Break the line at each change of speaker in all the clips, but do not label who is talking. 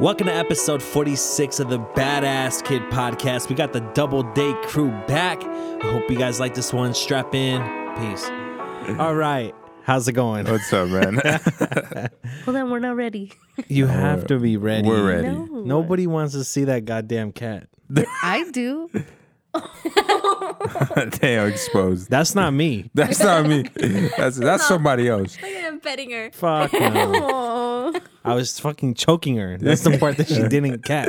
Welcome to episode 46 of the Badass Kid Podcast. We got the Double Date crew back. I hope you guys like this one. Strap in. Peace. All right. How's it going?
What's up, man?
Well, then we're not ready.
You have to be ready.
We're ready.
No.
Nobody wants to see that goddamn cat.
I do.
Damn, exposed.
That's not me.
That's not me. That's that's somebody else.
Look at him petting her.
Fuck no.
Oh,
I was fucking choking her. That's the part that she didn't catch.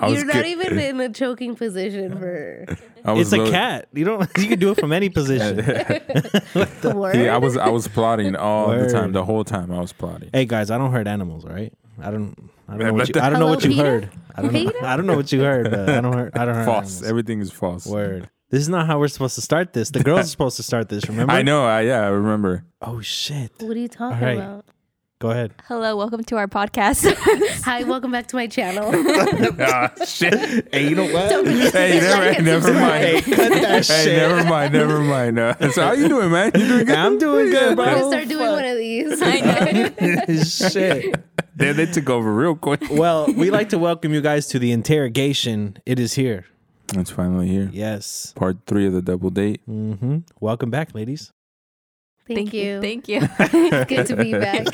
I was
you're not
ki-
even in a choking position for
I was
It's a
lo-
cat. You don't you can do it from any position.
the word.
Yeah, I was I was plotting all the
Word.
time. The whole time I was plotting.
Hey guys, I don't hurt animals, all right? I don't I don't know what
but
you, I don't know
Hello,
what you
Peter?
heard. I don't know,
Peter?
I don't know what you heard, but I don't hurt I don't hurt
False.
animals.
Everything is false.
Word. This is not how we're supposed to start this. The girls are supposed to start this, remember?
I know. I, yeah, I remember.
Oh shit.
What are you talking
All right.
about?
Go ahead.
Hello, welcome to our podcast.
Hi, welcome back to my channel.
Ah, shit.
Hey, you know what?
Hey, never,
Like and
never mind. Hey,
subscribe.
Cut that shit.
never mind. Never mind. Uh, so how you doing, man? You doing good?
I'm doing good,
I'm
bro.
gonna start doing one of these.
I know.
shit.
They, they took over real quick.
Well, we like to welcome you guys to the interrogation. It is here.
It's finally here.
Yes.
Part three of the double date.
Mm-hmm. Welcome back, ladies.
Thank, you.
Thank you.
It's good to be back.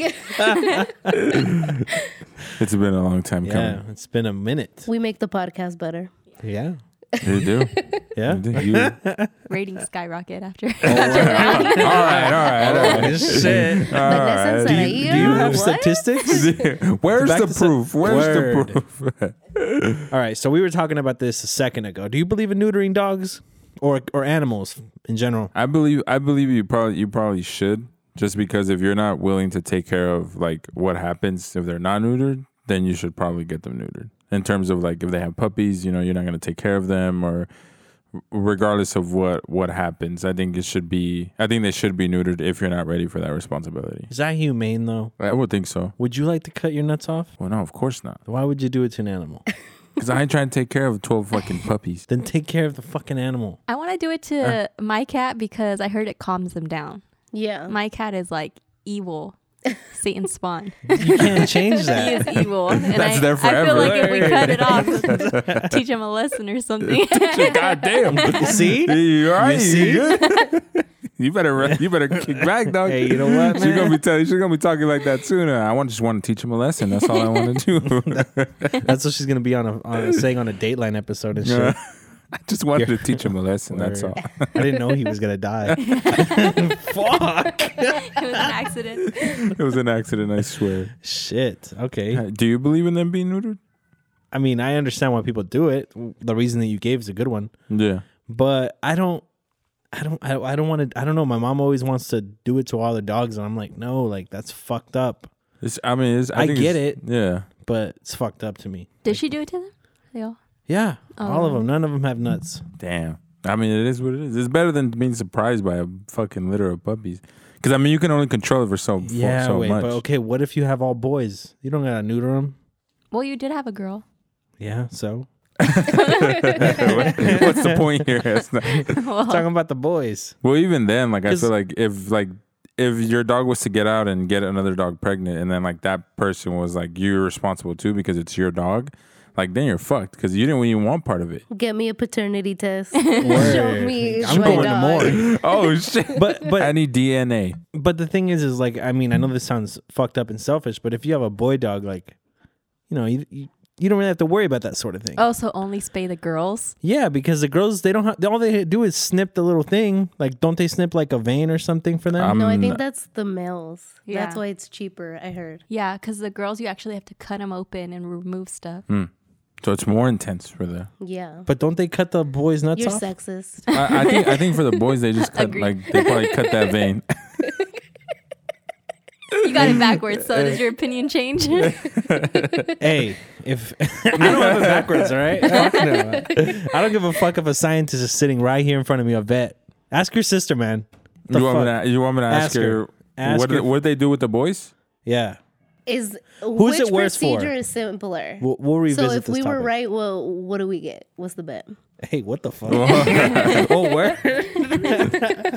It's been a long time
Yeah, it's been a minute.
we make the podcast better.
Yeah.
coming. You do.
Yeah.
You do. You-
Ratings skyrocket after.
Oh, all right, Oh, all right, all right.
shit.
All
lessons
right.
that
Do
Do
you
you Yeah,
have
have what?
statistics?
Where's
Back to
the
se-
proof? Where's the proof?
All right, so we were talking about this a second ago. Do you believe in neutering dogs or or animals in general?
I believe I believe you probably you probably should just because if you're not willing to take care of like what happens if they're not neutered, then you should probably get them neutered. In terms of like if they have puppies, you know, you're not going to take care of them or r- regardless of what what happens, I think it should be I think they should be neutered if you're not ready for that responsibility.
Is that humane though?
I would think so.
Would you like to cut your nuts off?
Well, no, of course not.
Why would you do it to an animal?
Cuz I ain't trying to take care of 12 fucking puppies.
then take care of the fucking animal.
I want to do it to my cat because I heard it calms them down.
Yeah.
My cat is like evil. Satan spawn.
You can't change
He
that.
is evil. And
That's
I,
there
I
forever.
feel like if we cut it off, teach him a lesson or something.
God damn.
See?
You all right? You,
see?
good? you better run- you better kick back, dog.
Hey, you know what,
She's gonna
man?
be telling. She's gonna be talking like that sooner. I want just want to teach him a lesson. That's all I want to do.
That's what she's gonna be on a, on a saying on a Dateline episode and shit.
Yeah. I just wanted to teach him a lesson. That's all.
Word. I didn't know he was gonna die. Fuck.
it was an accident.
It was an accident. I swear. Uh,
Shit. Okay.
Do you believe in them being neutered?
I mean, I understand why people do it. The reason that you gave is a good one.
Yeah.
but I don't, I don't, I, I don't want to. I don't know. My mom always wants to do it to all the dogs, and I'm like, no, like that's fucked up.
It's. I mean, it's, I,
I
think
get
it's-
it.
Yeah.
But it's fucked up to me.
Did she do it to them? They all.
Yeah, all of them. None of them have nuts.
Damn. I mean, it is what it is. It's better than being surprised by a fucking litter of puppies. Because I mean, you can only control it for so
Yeah,
so
wait,
much.
but okay. What if you have all boys? You don't gotta neuter them.
Well, you did have a girl.
Yeah, so
What's the point here? It's not-
talking about the boys.
Well, even then, like I
'Cause-
feel like if like if your dog was to get out and get another dog pregnant, and then like that person was like you're responsible too because it's your dog, like then you're fucked because you didn't even want part of it.
Get me a paternity test.
Word.
Show me.
I'm
my
going
dog.
to more.
oh shit!
But
I
but
need DNA.
but the thing is, is like I mean, I know this sounds fucked up and selfish, but if you have a boy dog, like, you know, you you, you don't really have to worry about that sort of thing.
Oh, so only spay the girls?
Yeah, because the girls they don't have all they do is snip the little thing. Like, don't they snip like a vein or something for them?
I'm-
No, I think that's the males.
Yeah.
That's why it's cheaper, I heard.
Yeah, because the girls, you actually have to cut them open and remove stuff.
So it's more intense for the.
Yeah.
but don't they cut the boys nuts
You're
off?
sexist.
I, I think I think for the boys they just cut
Agreed.
like they probably cut that vein.
You got it backwards, so
Eh.
does your opinion change?
hey, if I don't have it backwards, all right? Fuck no. I don't give a fuck if a scientist is sitting right here in front of me. A vet. Ask your sister, man. The
You want,
fuck?
me to, you want me to ask,
Ask her.
her,
Ask
what did
her.
what they do with the boys?
Yeah,
Is
Who's
which
it worse for?
procedure is simpler?
we'll, we'll revisit.
so if
this
we were
topic.
right, well, what do we get? What's the bet?
Hey, what the fuck? oh, where?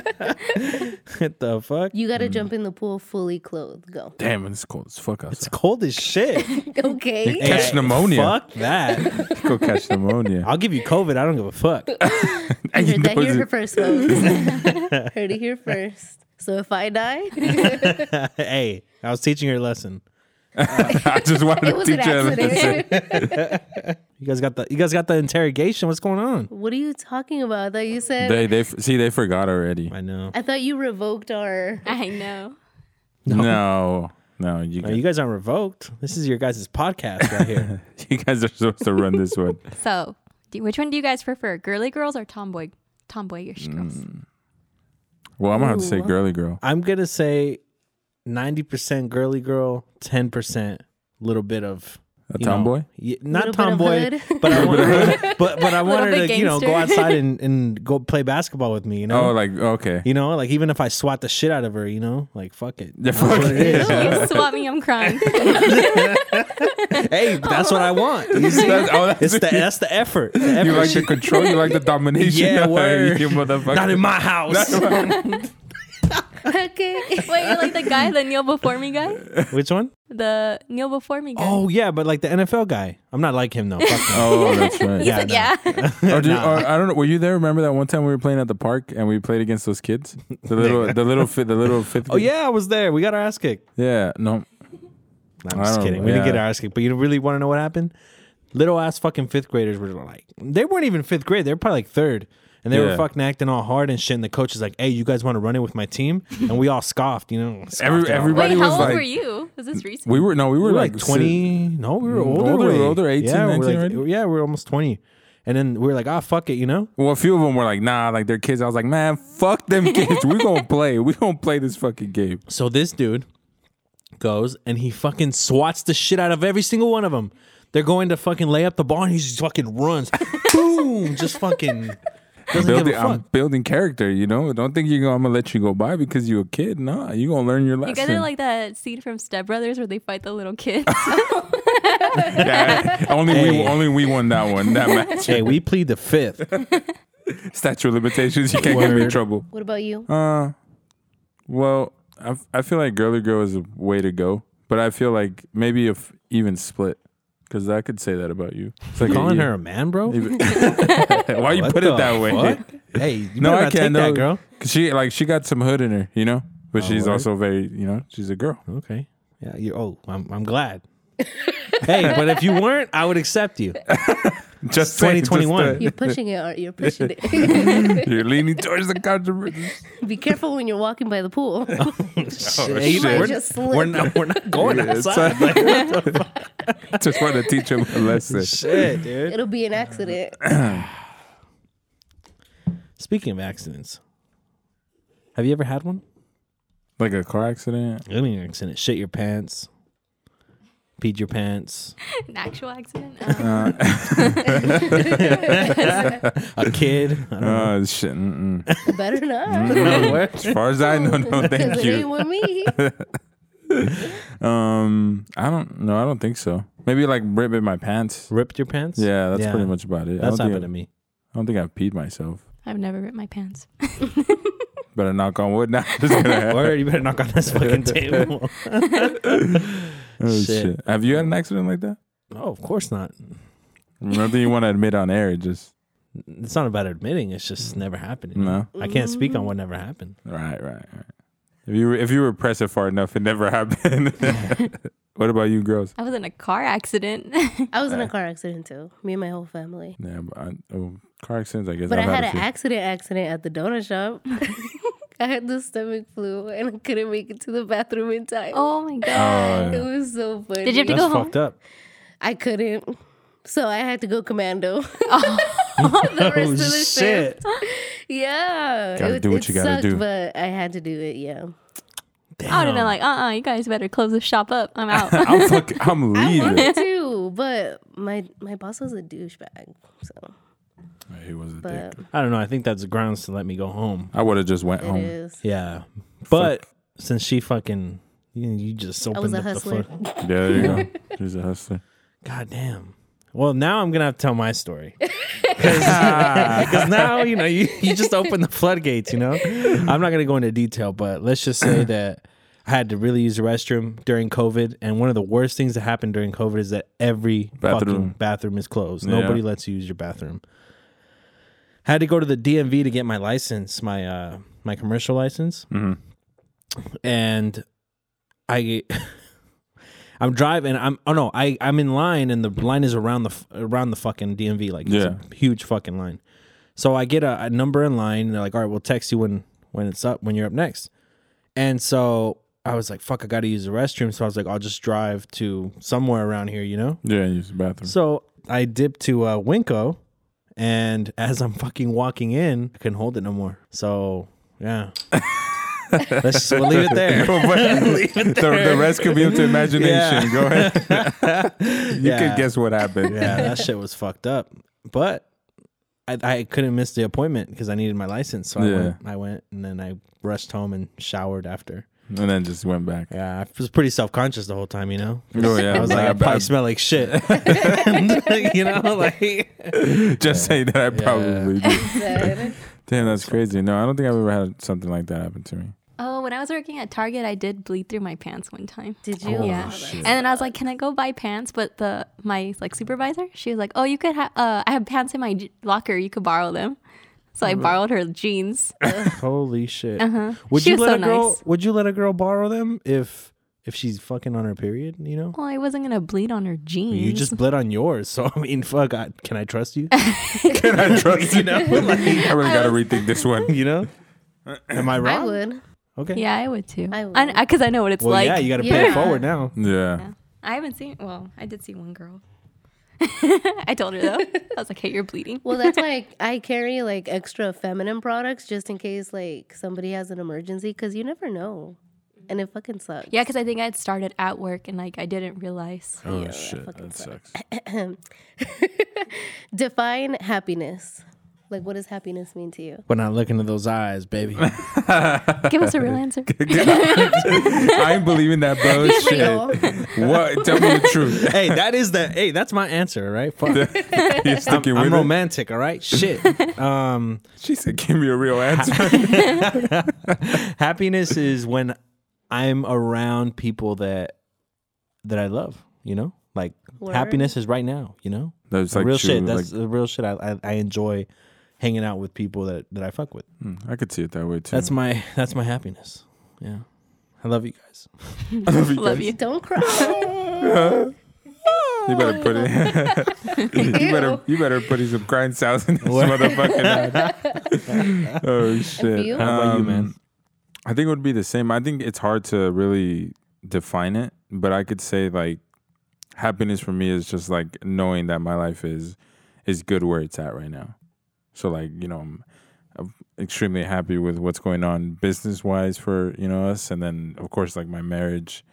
what the fuck?
You gotta jump in the pool fully clothed. Go.
Damn, it's cold as fuck
It's
outside.
cold as shit.
Okay.
Hey, Catch pneumonia.
Fuck that.
Go catch pneumonia.
I'll give you COVID. I don't give a fuck.
I
He
heard that
knows
here
it.
first, folks. heard it here first. So if I die, it
hey, I was teaching her a lesson.
I just wanted to
was an
teach you. how to say-
accident.
You guys got the you guys got the interrogation. What's going on?
what are you talking about? I thought you said.
They they f- see they forgot already.
I know.
I thought you revoked our.
I know.
No, no, you
No,
guys,
you guys aren't revoked. This is your guys' podcast right here.
you guys are supposed to run this one.
So, do, which one do you guys prefer, girly girls or tomboy tomboyish
Mm.
girls?
Well, I'm gonna have to say
Ooh.
girly girl.
I'm gonna say ninety percent girly girl, ten percent little bit of
A
you know,
tomboy?
y- not
Little bit
tomboy,
of hood.
but I want her, but but I want her
Little
to
bit
you know go
gangster.
outside and, and go play basketball with me. You know,
Oh, like okay.
you know, like even if I swat the shit out of her, you know, like fuck it.
Yeah, fuck
what it is.
you swap me, I'm crying.
hey, but that's what I want. You
That's-
see?
oh, that's-
It's the that's the effort. The effort
you like
she-
the control. You like the domination.
yeah,
of
word.
you motherfucker.
Not in my house.
Okay.
Wait, you're like the guy, the kneel before me guy,
Which one?
the kneel before me guy.
Oh yeah, but like the NFL guy. I'm not like him though. Fuck no.
Oh, that's right.
Yeah,
He's like, yeah.
Or do you- or I don't know. Were you there? Remember that one time we were playing at the park and we played against those kids? The little, the little, fi- the little fifth.
Oh yeah, I was there. We got our ass kicked.
yeah. No,
No, I'm
I
just
don't-
kidding. We didn't get
yeah.
our ass kicked. But you really want to know what happened? Little ass fucking fifth graders were like, they weren't even fifth grade. They were probably like third. And they were
Yeah.
fucking acting all hard and shit. And the coach is like, hey, you guys want to run it with my team? And we all scoffed, you know. scoffed
Every-
at all.
everybody- Buddy
Wait,
was
how old
like-
were you? Was this recent?
we were no, we were,
We were like
si-
20. No, we were
Mm,
older.
older,
way.
older, 18,
yeah, we were
19
like-
already?
Yeah, we were almost 20. And then we were like, ah, fuck it, you know?
Well, a few of them were like, nah, like their kids. I was like, man, fuck them kids. We gonna play. We gonna play this fucking game.
So this dude goes and he fucking swats the shit out of every single one of them. They're going to fucking lay up the ball and he just fucking runs. Boom! Just fucking doesn't
Building,
give a fuck.
I'm building character. You know, don't think you gonna, I'm gonna let you go by because you a kid. Nah, you gonna learn your
You
lesson.
guys are like that scene from Step Brothers where they fight the little kids.
yeah, only we,
Hey.
only we won that one. That match.
hey, we plead the fifth.
Statue of limitations. You can't get me in
Word.
trouble.
What about you?
Uh, well, I, f- I feel like girly girl is a way to go, but I feel like maybe if even split, because I could say that about you. It's like
Calling
you-
her a man, bro?
even- Why you
What
put
the
it that way?
fuck? Hey, you
No,
better
I
not take
can't.
that,
No,
girl.
'Cause she like she got some hood in her, you know, but
Oh,
she's
word.
also very, you know, she's a girl.
Okay. Yeah, you oh, I'm I'm glad. hey, but if you weren't, I would accept you.
Just saying, just,
2021.
You're pushing it, Art. You're pushing it.
uh, you're leaning towards the controversy.
Be careful when you're walking by the pool.
Hey,
shit.
We're,
Might just slip.
we're not we're not going
Yeah, it's
outside.
like- Just want to teach him a lesson.
Shit, dude.
It'll be an accident.
Speaking of accidents, have you ever had one?
Like a car accident.
Any accident? Shit your pants, peed your pants,
An actual accident.
Uh-huh.
Um,
Uh,
a kid. I don't
Oh shit! Mm-mm. Mm.
Better not.
know where.
As far as I know, no, thank
Because it
you.
ain't with me.
Um, I don't know. I don't think so. Maybe like rip in my pants.
Ripped your pants?
Yeah, that's
Yeah.
pretty much about it. I
That's
don't,
happened
think
to
I,
me.
I don't think I've peed myself.
I've never ripped my pants.
Better knock on wood now. Just gonna-
Word, you better knock on this fucking table.
oh,
Shit.
shit. Have you had an accident like that?
no, of course not.
Nothing you want to admit on air. Just
It's not about admitting. It's just never happened.
Mm. no.
I can't speak on what never
Mm.
happened.
Right, right, right. If you if you were it far enough, it never happened. what about you, girls?
I was in a car accident.
I was in a car accident too. Me and my whole family.
Yeah, but I, oh, car accidents. I guess.
But i
I've
had,
a
an
few.
accident accident at the donut shop. I had the stomach flu and I couldn't make it to the bathroom in time.
oh my god.
It was so funny.
Did you have to
That's
go home?
fucked up.
I couldn't. So I had to go commando. the rest
Oh
of the
shit!
shift. Yeah.
Gotta
it,
do what
it
you gotta
sucked,
do.
But I had to do it, yeah.
I would have been like, uh uh you guys better close the shop up. I'm out.
Uh, I'm fucking. I'm
I
leaving.
wanted to, but my my boss was a douchebag. So
he was a dick.
but
I don't know. I think that's grounds to let me go home.
I would have just went
it
home.
is.
Yeah, but since she fucking, you, you just opened
I was a
up the
hustler.
fuck.
Yeah, there you go. She's a hustler.
God damn. Well, now I'm gonna have to tell my story because now you know you, you just open the floodgates. You know, I'm not gonna go into detail, but let's just say that I had to really use the restroom during COVID, and one of the worst things that happened during COVID is that every fucking
Bathroom.
bathroom is closed.
Yeah.
Nobody lets you use your bathroom. Had to go to the DMV to get my license, my uh, my commercial license,
Mhm.
and I. I'm driving. I'm. Oh no. I. I'm in line, and the line is around the f- around the fucking DMV. Like
Yeah.
it's a huge fucking line. So I get a, a number in line. And they're like, all right, we'll text you when when it's up when you're up next. And so I was like, fuck, I got to use the restroom. So I was like, I'll just drive to somewhere around here, you know.
Yeah, use the bathroom.
So I dip to uh, Winko, and as I'm fucking walking in, I couldn't hold it no more. So yeah. Let's just we'll leave it there.
the, the rest could be up to imagination.
Yeah.
Go ahead. you
Yeah.
could guess what happened.
Yeah, that shit was fucked up. But I, I couldn't miss the appointment because I needed my license. So
Yeah.
I, went, I went and then I rushed home and showered after.
And then just went back.
Yeah, I was pretty self conscious the whole time, you know?
Oh, yeah.
I was like, I probably smell like shit. you know, like.
just say that I probably did.
Sad.
Damn, that's crazy. No, I don't think I've ever had something like that happen to me.
Oh, when I was working at Target, I did bleed through my pants one time.
Did you?
Oh,
yeah.
shit.
And then I was like, "Can I go buy pants?" But the my like supervisor, she was like, "Oh, you could have. Uh, I have pants in my j- locker. You could borrow them." So
Mm-hmm.
I borrowed her jeans.
Holy shit.
Uh-huh.
Would
She
you
was
let
so
a girl
nice.
would you let a girl borrow them if if she's fucking on her period, you know?
Well, I wasn't gonna bleed on her jeans.
You just bled on yours, so I mean, fuck, I, can I trust you? can I trust you? know, like,
I really got to rethink this one.
you know? Am I wrong?
I would.
Okay.
Yeah, I would too.
I
I because I, know what it's
Well,
like.
yeah, you got to pay it
Yeah.
forward now.
Yeah.
I haven't seen. Well, I did see one girl. I told her though. I was like, "Hey, you're bleeding."
Well, that's why I, I carry like extra feminine products just in case like somebody has an emergency because you never know, and it fucking sucks.
Yeah, because I think I had started at work and like I didn't realize.
Oh,
that
shit.
fucking
That sucks.
Define happiness. Like, what does happiness mean to you?
But not look into those eyes, baby.
Give us a real answer.
I ain't believing that bullshit. what? Tell me the truth.
hey, that is the hey. That's my answer, right? Fuck.
You're sticking
I'm
with it?
romantic, all right. Shit. Um,
She said, give me a real answer.
happiness is when I'm around people that that I love. You know, like
Word.
happiness is right now. You know,
That's
The
like
real
true,
shit. That's
like-
the real shit. I, I I enjoy hanging out with people that that I fuck with.
Hmm, I could see it that way too.
That's my that's my happiness. Yeah, I love you guys.
Love you.
Don't cry.
You better put it. you better you better put in some crying sounds in this motherfucking. ad. oh shit! Um,
you?
How about you, man?
I think it would be the same. I think it's hard to really define it, but I could say like happiness for me is just like knowing that my life is is good where it's at right now. So like you know. I'm, I'm extremely happy with what's going on business wise for you know us and then of course like my marriage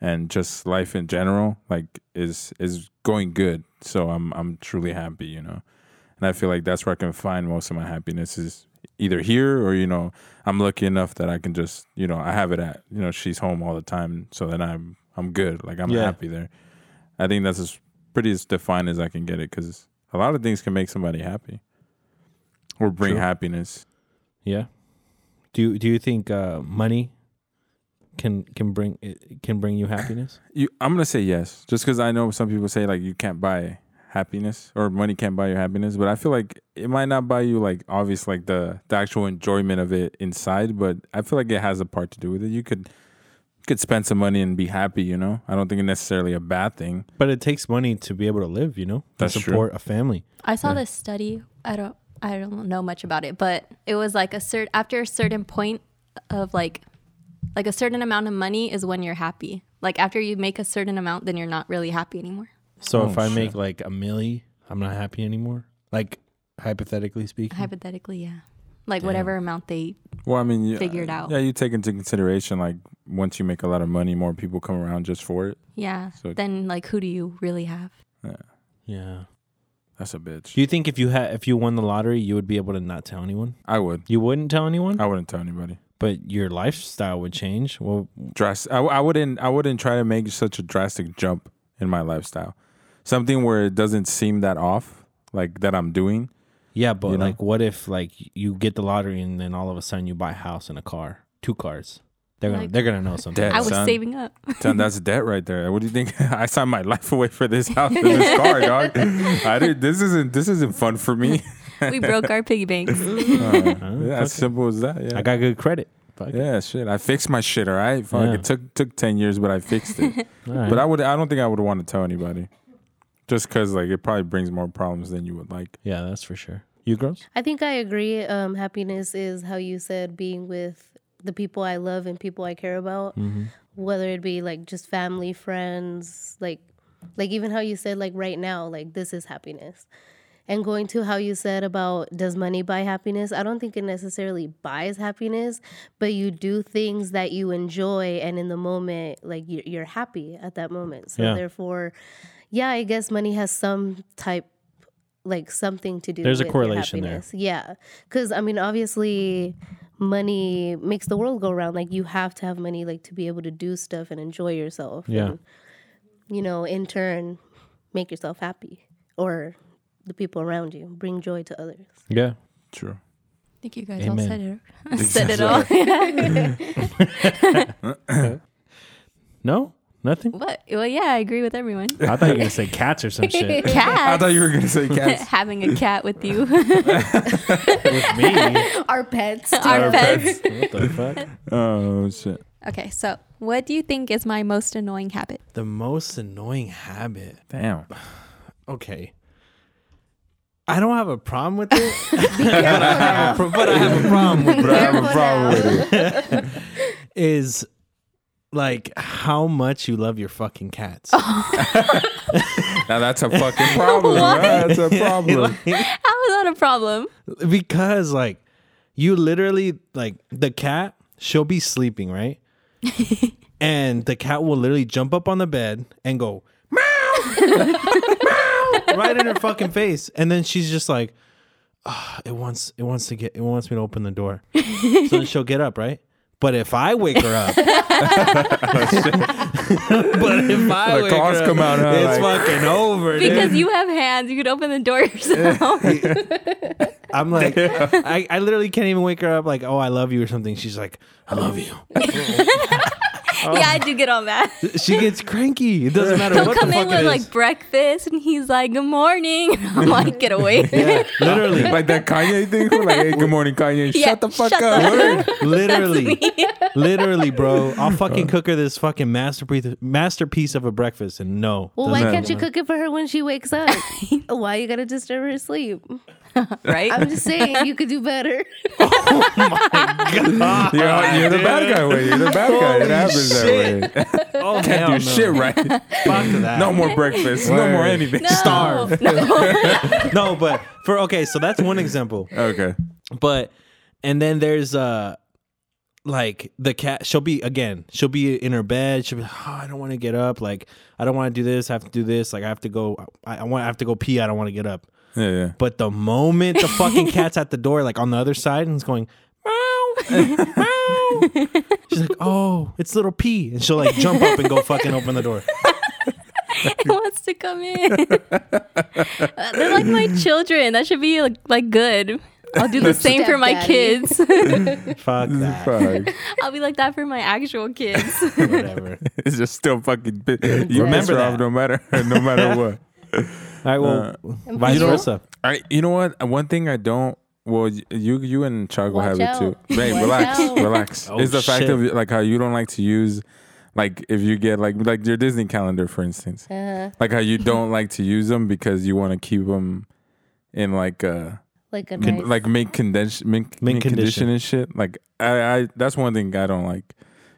and just life in general like is is going good so i'm i'm truly happy you know and i feel like that's where i can find most of my happiness is either here or you know i'm lucky enough that i can just you know i have it at you know she's home all the time so then i'm i'm good like i'm
Yeah.
happy there i think that's as pretty as defined as i can get it because a lot of things can make somebody happy or bring
True.
happiness
Yeah. Do you, do you think uh, money can can bring it can bring you happiness?
You, I'm gonna say yes, just because I know some people say like you can't buy happiness or money can't buy your happiness, but I feel like it might not buy you like obvious like the the actual enjoyment of it inside, but I feel like it has a part to do with it. You could you could spend some money and be happy, you know. I don't think it's necessarily a bad thing.
but it takes money to be able to live, you know,
That's
to
true.
support a family.
I saw this study. I don't I don't know much about it, but it was like a certain after a certain point of like like a certain amount of money is when you're happy. Like after you make a certain amount, then you're not really happy anymore.
So if I make like a milli, I'm not happy anymore. Like hypothetically speaking.
Hypothetically, yeah. Like whatever amount they
Well, I mean, you,
Figured out.
Yeah, you take into consideration like once you make a lot of money, more people come around just for it.
yeah.
So-
then like who do you really have?
yeah.
That's a bitch.
Do you think if you had if you won the lottery, you would be able to not tell anyone?
I would.
You wouldn't tell anyone,
I wouldn't tell anybody.
Uh, but your lifestyle would change. Well,
drastic. I, I wouldn't. I wouldn't try to make such a drastic jump in my lifestyle. something where it doesn't seem that off, like that I'm doing.
Yeah, but
You know?
like, what if like you get the lottery and then all of a sudden you buy a house and a car, two cars? They're gonna
Like-
they're gonna know something.
Dead.
I was
son.
saving up.
Son, that's debt right there. What do you think? I signed my life away for this house and this car, dog. I did, this isn't this isn't fun for me.
we broke our piggy banks.
Yeah, as simple as that. Yeah.
Oh, I got good credit. Fuck it.
yeah, shit. I fixed my shit. All right. Fuck.
Yeah.
It took took ten years, but I fixed it.
Alright.
But I would. I don't think I would want to tell anybody, just because like it probably brings more problems than you would like.
yeah, that's for sure. You girls?
I think I agree. Um, happiness is how you said being with the people I love and people I care about, whether it be like just family, friends, like like even how you said like right now, like this is happiness. And going to how you said about does money buy happiness? I don't think it necessarily buys happiness, but you do things that you enjoy, and in the moment, like you- you're happy at that moment. So
Yeah.
therefore, yeah, I guess money has some type like something to do
There's a
with your
correlation there.
happiness. yeah because i mean obviously money makes the world go round like you have to have money like to be able to do stuff and enjoy yourself
Yeah.
and, you know in turn make yourself happy or the people around you bring joy to others
Yeah.
True.
I think you guys all
Amen.
said it. said it all.
No, nothing.
what? Well, yeah, I agree with everyone.
I thought you were gonna say cats or some shit.
Cats.
I thought you were gonna say cats.
having a cat with you.
With me, what
our pets
our pets.
the fuck?
oh shit.
Okay, so what do you think is my most annoying habit?
The most annoying habit.
Damn.
Okay. I don't have a problem with it, but, I have a pro- but I have a problem with
But I have a
Careful
problem with it.
is like how much you love your fucking cats.
Now that's a fucking problem. That's a problem.
How is that a problem?
because like you literally like the cat she'll be sleeping right and the cat will literally jump up on the bed and go meow meow right in her fucking face and then she's just like "Ah, it wants it wants to get it wants me to open the door so then she'll get up right but if I wake her up, but if I
Oh, The
wake
claws
her up,
come out, huh?
it's
Like-
fucking over. dude.
Because you have hands, you could open the door yourself.
I'm like, I, I literally can't even wake her up. Like, oh, I love you or something. She's like, I love you.
Yeah, I do get on that.
She gets cranky. It doesn't matter
He'll
what the
come
fuck
in
it
with
is.
like breakfast, and he's like, "Good morning." I'm like, "Get away!"
yeah, literally,
Like that Kanye thing. Like, hey, good morning, Kanye.
Yeah,
shut the fuck
shut
up.
literally, literally, bro. I'll fucking cook her this fucking masterpiece masterpiece of a breakfast, and no.
well why
doesn't-
can't you cook it for her when she wakes up why you gotta disturb her sleep
right?
i'm just saying you could do better
You're, you're the bad guy way. You're the bad guy. It happens
shit.
that way.
Oh,
Can't
hell
do
no.
shit right.
Fuck that.
No more breakfast. No more
Word.
anything.
No.
starve.
No.
no, but for okay, so that's one example.
Okay.
but and then there's uh like the cat she'll be again she'll be in her bed she'll be oh, i don't want to get up like i don't want to do this i have to do this like i have to go i, I want i have to go pee i don't want to get up
Yeah, yeah.
but the moment the fucking cat's at the door like on the other side and it's going meow meow she's like oh it's little pee and she'll like jump up and go fucking open the door
He wants to come in. Uh, They're like my children. That should be like, like good. I'll do the same for my
Stepdaddy.
kids.
fuck that
Fuck.
I'll be like that for my actual kids.
whatever
It's just still fucking. Bit. You piss
Remember
her off
that.
no matter no matter what.
all right well vice
you know-
versa
I. You know what? Uh, One thing I don't. Well, y- you you and Chago have
Watch
it too.
out.
Hey,
Watch
relax,
out.
relax.
Oh,
it's the fact
shit.
of like how you don't like to use, like if you get like like your Disney calendar for instance,
uh,
like how you don't like to use them because you want to keep them in like uh
like a
con-
nice
like make condition make,
Mint
mint condition.
condition.
and shit. Like I, I that's one thing I don't like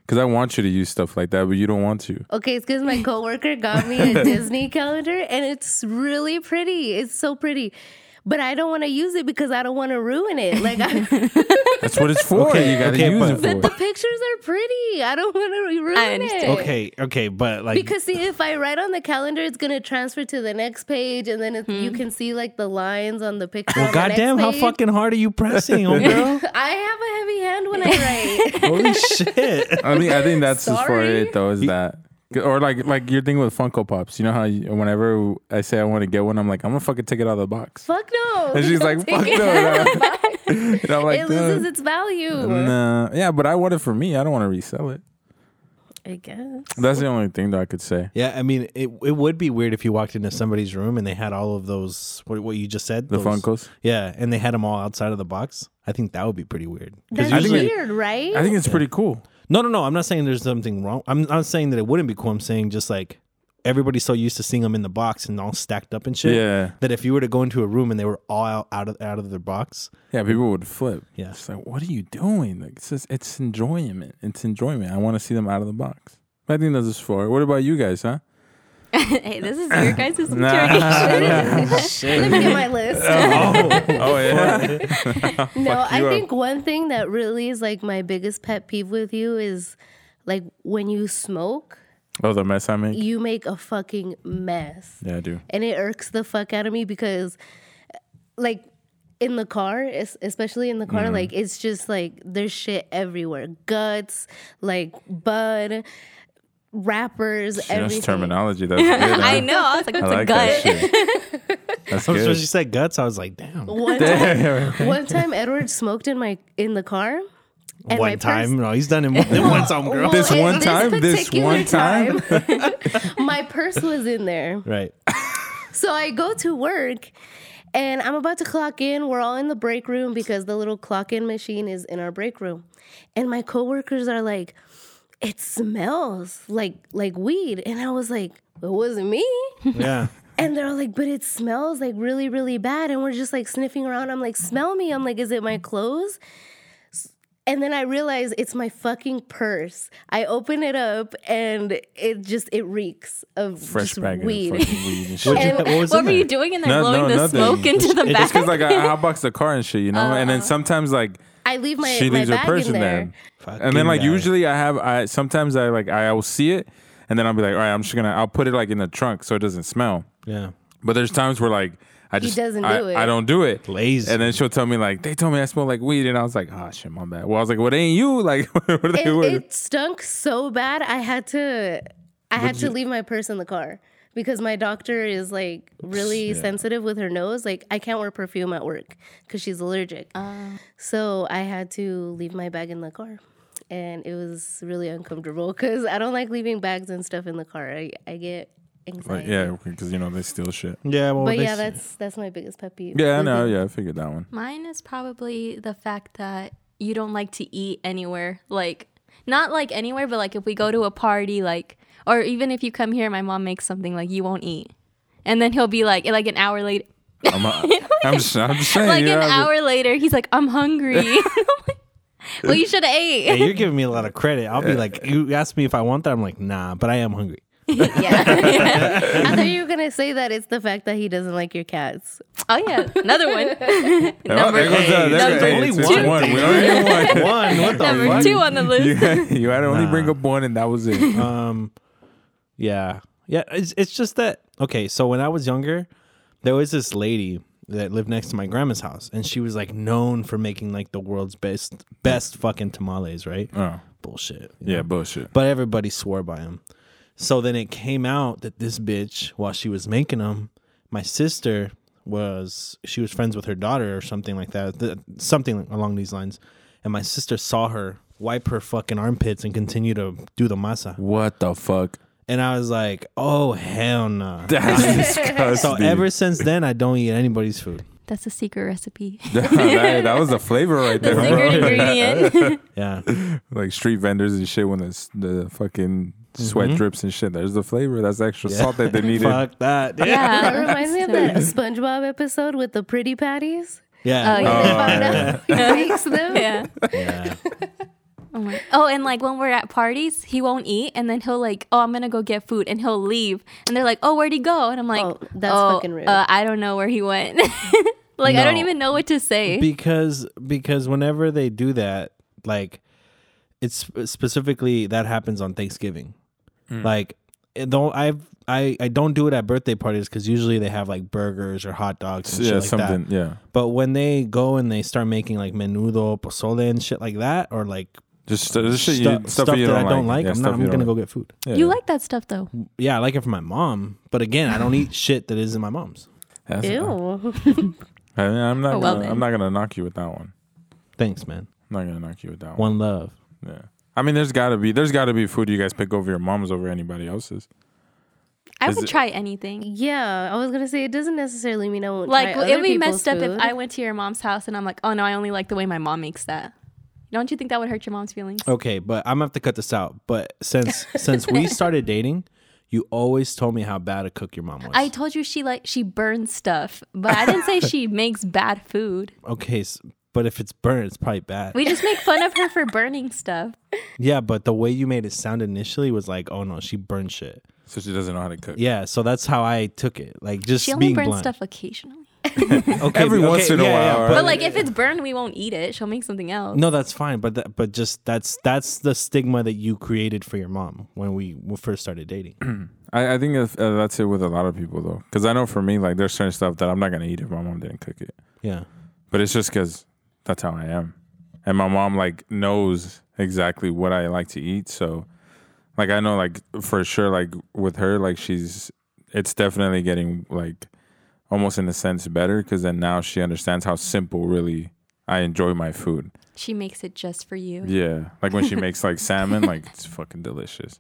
because I want you to use stuff like that, but you don't want to.
Okay, it's because my coworker got me a Disney calendar and it's really pretty. It's so pretty. But I don't want to use it because I don't want to ruin it. Like I,
That's what it's for.
Okay,
you gotta
okay,
use
but-
it for.
the pictures are pretty. I don't want to ruin
I
it.
understand.
okay okay but like
Because see, if I write on the calendar, it's gonna transfer to the next page, and then it, you can see like the lines on the picture.
Hmm. well
on the next
goddamn how
page.
fucking hard are you pressing homegirl
I have a heavy hand when I write.
Holy shit.
I mean, I think that's as for
Sorry.
it though. Is that Or like like your thing with Funko Pops. You know how you, whenever I say I want to get one, I'm like, I'm gonna fucking take it out of the box.
Fuck no.
And she's
Don't
like,
take
fuck
it.
no. and I'm like,
it loses
"Duh."
its value.
Nah. Yeah, but I want it for me. I don't want to resell it.
I guess.
That's the only thing that I could say.
Yeah, I mean, it it would be weird if you walked into somebody's room and they had all of those what what you just said,
The
those-
Funkos.
Yeah, and they had them all outside of the box. I think that would be pretty weird. 'Cause
That's
I think
usually-
it-
weird, right?
I think it's pretty cool.
no, no, no. I'm not saying there's something wrong. I'm not saying that it wouldn't be cool. I'm saying just like everybody's so used to seeing them in the box and all stacked up and shit.
Yeah.
That if you were to go into a room and they were all out, out of out of their box,
Yeah, people would flip.
Yeah.
It's like, what are you doing? Like, it's just, it's enjoyment. It's enjoyment. I want to see them out of the box. I think that's just for. What about you guys, huh?
hey, this is your guys'
Let me get my list.
Oh yeah.
no, I
you up.
think one thing that really is like my biggest pet peeve with you is like when you smoke,
oh, the mess I make.
you make a fucking mess.
Yeah, I do.
and it irks the fuck out of me because like in the car es- especially in the car
Mm.
like it's just like there's shit everywhere guts like bud wrappers everything
Just terminology. That's good. huh?
I know. I was like,
I
that's
like
a
that
gut.
shit. That's
so when
good.
she said guts, I was like, damn.
one time, one time edward smoked in my in the car and my
One
purse-
time, no, he's done it more than one time, girl.
Well,
This
it-
one time? This
particular
one time?
time, my purse was in there
right.
So I go to work and I'm about to clock in. We're all in the break room because the little clock in machine is in our break room. And my coworkers are like, it smells like like weed. And I was like, it wasn't me.
Yeah.
And they're all like, but it smells like really, really bad. And we're just like sniffing around. I'm like, smell me. I'm like, is it my clothes? S- And then I realize it's my fucking purse. I open it up and it just it reeks of
Fresh
just
bag
weed.
of fucking weed and shit.
What'd
And-
you- what was
What
in
were
there?
you doing in there,
No,
blowing
no,
the
nothing.
smoke into the
It's because
back?
like I hotbox the car and shit, you know. and then sometimes like
I leave Uh-huh. my
she
my
leaves her
bag
purse
in
in
there.
there. and
Fucking
then like
guy.
usually I have I sometimes I like I will see it and then I'll be like, all right, I'm just gonna I'll put it like in the trunk so it doesn't smell.
Yeah.
But there's times where like I just
doesn't
I,
do it.
I don't do it.
Lazy.
And then she'll tell me like they told me I smell like weed and I was like, oh shit, my bad. Well I was like, what ain't you? Like what are they
It,
what-
it stunk so bad. I had to I had to leave my purse in the car because my doctor is like really sensitive with her nose. Like I can't wear perfume at work because she's allergic. So I had to leave my bag in the car. And it was really uncomfortable because I don't like leaving bags and stuff in the car. I, I get
Like,
anxiety.
yeah, because you know they steal shit.
Yeah. Well,
But
they
yeah,
s-
that's that's my biggest pet peeve.
Yeah, I
Like,
know. Yeah, I figured that one.
Mine is probably the fact that you don't like to eat anywhere. Like, not like anywhere, but like if we go to a party, like, or even if you come here, my mom makes something, like, you won't eat. And then he'll be like, like an hour later,
I'm, uh, I'm, just- I'm just saying.
like
you know,
an
I-
hour later, he's like, I'm hungry. I'm like, well, you should have
Hey,
ate.
you're giving me a lot of credit. I'll be like, you asked me if I want that. I'm like, nah, but I am hungry.
I thought you were gonna say that it's the fact that he doesn't like your cats.
Oh yeah, another one.
Oh, there
number
goes the- there
number
goes- hey, it's
only
just
one.
one. We only need one.
One. What the
number two on the list.
You had, you had to only bring up one, and that was it.
Yeah. Yeah. It's, it's just that, okay. So when I was younger, there was this lady that lived next to my grandma's house, and she was like known for making like the world's best, best fucking tamales, right?
Oh,
Bullshit. you
yeah,
know?
bullshit.
But everybody swore by him. So then it came out that this bitch, while she was making them, my sister was she was friends with her daughter or something like that, th- something along these lines. And my sister saw her wipe her fucking armpits and continue to do the masa.
What the fuck?
And I was like, oh hell no.
That's disgusting.
So ever since then, I don't eat anybody's food.
That's a secret recipe.
that, that was the flavor right there,
Secret
bro.
ingredient.
Yeah,
Like street vendors and shit. When the s- the fucking sweat drips and shit, there's the flavor. That's the extra salt that they needed.
fuck that. Yeah, Uh,
Uh,
That reminds me of that SpongeBob episode with the pretty patties.
yeah.
Oh, yeah.
They found out he bakes them.
yeah. Oh, my. oh, and like when we're at parties, he won't eat, and then he'll like, oh, I'm gonna go get food, and he'll leave, and they're like, oh, where'd he go? And I'm like,
Oh, that's
"Oh,
fucking rude."
Uh, I don't know where he went. like I don't
No.
even know what to say.
because because whenever they do that like it's sp- specifically that happens on thanksgiving
Mm.
like
eh,
it don't i've I, I don't do it at birthday parties because usually they have like burgers or hot dogs and
Yeah,
shit like
something.
that.
Yeah.
But when they go and they start making like menudo, pozole, and shit like that, or like
Just uh, just shit you,
Stu-
stuff, you
that
don't
I don't like,
Yeah,
I'm,
stuff
not, I'm
you
gonna
don't
go get food.
Yeah.
You like that stuff though.
Yeah, I like it from my mom, but again, I don't eat shit that isn't my mom's.
That's-
Ew.
I mean, I'm not.
Oh, well
gonna,
then.
I'm not gonna knock you with that one.
Thanks, man.
I'm not gonna knock you with that one.
One love.
Yeah. I mean, there's gotta be there's gotta be food you guys pick over your mom's over anybody else's.
I
Is
would
it-
try anything.
yeah, I was gonna say it doesn't necessarily mean I won't
Like
try
it
other
would be
people's
messed up if
food.
I went to your mom's house and I'm like, oh no, I only like the way my mom makes that. Don't you think that would hurt your mom's feelings?
Oh.
Okay, but I'm gonna have to cut this out. But since since we started dating, you always told me how bad a cook your mom was.
I told you she like she burns stuff, but I didn't say she makes bad food.
okay, s but if it's burnt, it's probably bad.
We just make fun of her for burning stuff.
yeah, but the way you made it sound initially was like, oh no, she burned shit.
So she doesn't know how to cook.
Yeah, so that's how I took it. Like just
She only
being
burns
blunt.
stuff occasionally.
Okay,
Every
okay,
once in a
yeah, yeah,
while,
but-
But like if it's burned, we won't eat it. She'll make something else.
no, that's fine. But that, but just that's that's the stigma that you created for your mom when we when we first started dating.
I, I think if, uh, that's it with a lot of people though, because I know for me, like there's certain stuff that I'm not gonna eat if my mom didn't cook it.
yeah.
But it's just because that's how I am, and my mom like knows exactly what I like to eat. So, like I know like for sure, like with her, like she's it's definitely getting like almost in a sense better because then now she understands how simple really I enjoy my food.
She makes it just for you.
Yeah, like when she makes like salmon, like it's fucking delicious.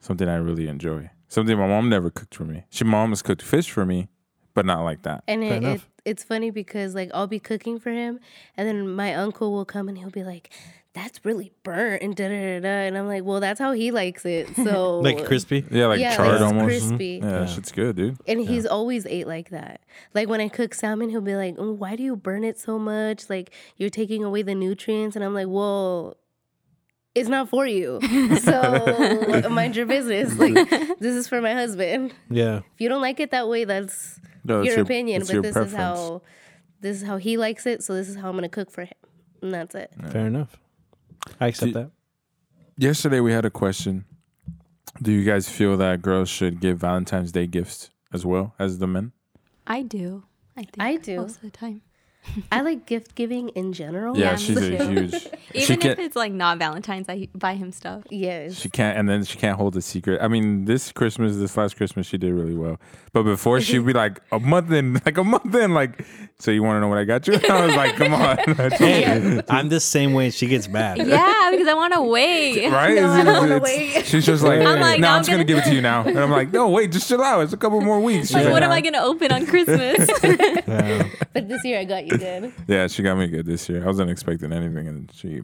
Something I really enjoy. Something my mom never cooked for me. She mom has cooked fish for me, but not like that.
And
Fair
it, it,
enough.
it's funny because like I'll be cooking for him, and then my uncle will come and he'll be like, "That's really burnt," and da da da da. And I'm like, "Well, that's how he likes it." So
uh,
Like crispy.
Yeah, like
yeah,
charred
like, it's
almost. Mm-hmm.
crispy.
Yeah, that shit's good, dude.
And he's always ate like that. Like when I cook salmon, he'll be like, "Oh, "Why do you burn it so much? Like you're taking away the nutrients." And I'm like, "Well, it's not for you. So mind your business. Like this is for my husband.
Yeah.
If you don't like it that way, that's
No, Oh, it's
your, opinion.
it's
But
your
this is how this is how he likes it. So this is how I'm gonna cook for him." And that's it.
Fair enough. I accept
Do-
that.
Yesterday we had a question. Do you guys feel that girls should give Valentine's Day gifts as well as the men?
I do. I think
I do.
most of the time.
I like gift giving in general.
Yeah,
me
she's a
too.
huge. she
Even if
can't.
it's like not Valentine's, I buy him stuff.
Yes.
She can't, and then she can't hold a secret. I mean, this Christmas, this last Christmas, she did really well. But before, she'd be like a month in, like a month in, like. So you want to know what I got you? I was like, come on,
Hey, I'm the same way. She gets mad.
Yeah, because I want to wait.
right?
No, I don't wanna
It's-
wait.
She's just like,
I'm like,
no,
now
I'm
I'm
just gonna,
gonna-
give it to you now, and I'm like, no, wait, just chill out. It's a couple more weeks.
Like,
She's
what am
"Nah."
I going to open on Christmas?
But this year I got you good.
Yeah, she got me good this year. I wasn't expecting anything, and she.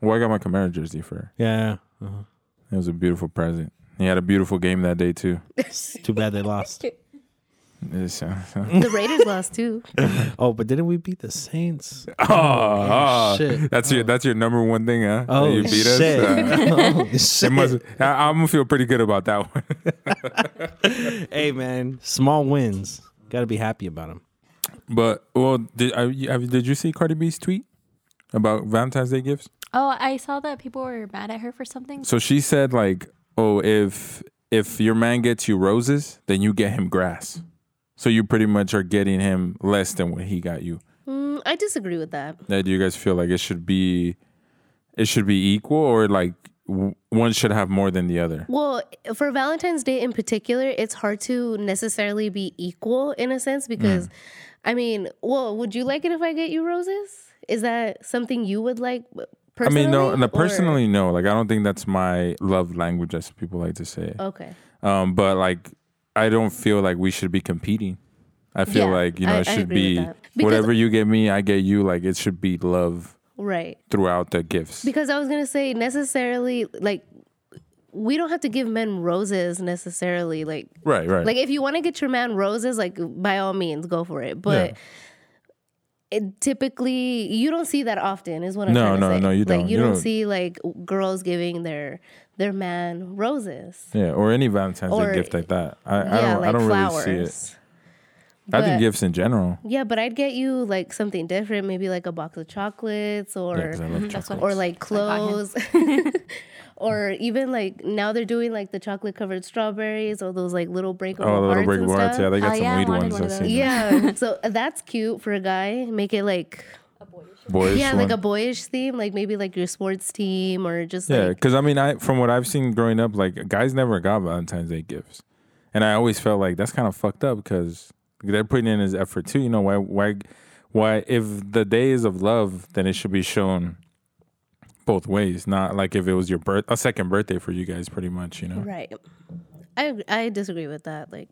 Well, I got my Camaro jersey for her.
Yeah. Uh-huh.
It was a beautiful present. He had a beautiful game that day too.
It's too bad they lost.
It's, uh,
The Raiders lost too.
Oh, but didn't we beat the Saints?
oh, oh,
shit.
that's your that's your number one thing, huh? That
Oh
you beat us.
shit!
Uh,
Oh,
it
shit.
must, I, I'm gonna feel pretty good about that one.
hey man, small wins. Got to be happy about them.
But well, did I, you- have, did you see Cardi B's tweet about Valentine's Day gifts?
oh, I saw that people were mad at her for something.
So she said like, "Oh, if if your man gets you roses, then you get him grass." So you pretty much are getting him less than what he got you.
Mm, I disagree with that.
Now, do you guys feel like it should be it should be equal or like w- one should have more than the other?
Well, for Valentine's Day in particular, it's hard to necessarily be equal in a sense because,
Mm.
I mean, well, would you like it if I get you roses? Is that something you would like
I
personally?
mean, no, no
or-
personally, no. Like, I don't think that's my love language, as people like to say. it.
Okay.
Um, but like, I don't feel like we should be competing. I feel
Yeah,
like you know
I-
it
I
should
agree
be
with that. Because-
whatever you get me, I get you. Like, it should be love
Right.
throughout the gifts.
Because I was going to say, necessarily, like, we don't have to give men roses necessarily. Like,
right, right.
Like if you want to get your man roses, like by all means, go for it. But it, typically, you don't see that often. Is what I'm
No,
trying to
no,
say.
no, you don't.
Like you,
You
don't,
don't-
see like girls giving their their man roses.
yeah, or any Valentine's
Or-
Day gift like that. I, I
yeah,
don't.
like
I don't
flowers.
really see it. I think
But-
gifts in general.
Yeah, but I'd get you like something different, maybe like a box of chocolates
Yeah,
or
'cause I love
That's
chocolate.
what
or like
I bought him.
clothes. Or even like now they're doing like the chocolate covered strawberries or those like little breakable
Oh, the little
hearts
break
and
hearts.
stuff.
Yeah, they got
Oh,
some
yeah, I
weed
wanted
ones.
uh,
one
I've
of those.
seen.
Yeah. so that's cute for a guy. Make it like
boyish
yeah,
one.
like a boyish theme, like maybe like your sports team or just
Yeah,
like
because I mean, I from what I've seen growing up, like guys never got Valentine's Day gifts, and I always felt like that's kind of fucked up because they're putting in his effort too. You know why? Why? Why? If the day is of love, then it should be shown both ways, not like if it was your birth, a second birthday for you guys, pretty much. You know,
right. I I disagree with that. Like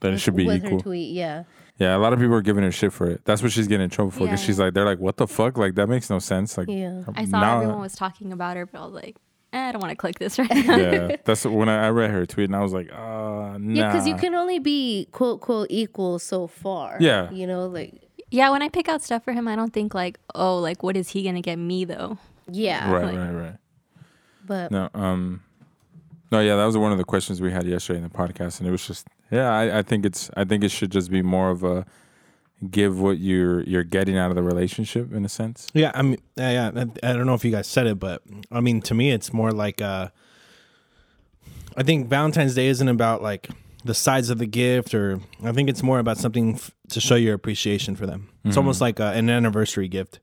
then it should be
with
equal.
her tweet, yeah.
Yeah, a lot of people are giving her shit for it. That's what she's getting in trouble for.
Yeah.
Because she's like, they're like, what the fuck? Like that makes no sense. Like,
Yeah.
I saw
now-
everyone was talking about her, but I was like, eh, I don't want to click this right now.
yeah, that's when I, I read her tweet and I was like, ah, nah.
Yeah, because you can only be quote quote equal so far.
Yeah.
You know, like
yeah, when I pick out stuff for him, I don't think like, oh, like what is he gonna get me though?
yeah.
Right,
like-
right, right.
But
No, um, no, yeah, that was one of the questions we had yesterday in the podcast, and it was just, yeah, I, I think it's, I think it should just be more of a give what you're you're getting out of the relationship in a sense.
Yeah, I mean, yeah, yeah, I I don't know if you guys said it, but I mean, to me, it's more like uh, I think Valentine's Day isn't about like the size of the gift, or I think it's more about something f- to show your appreciation for them. It's almost like uh, an anniversary gift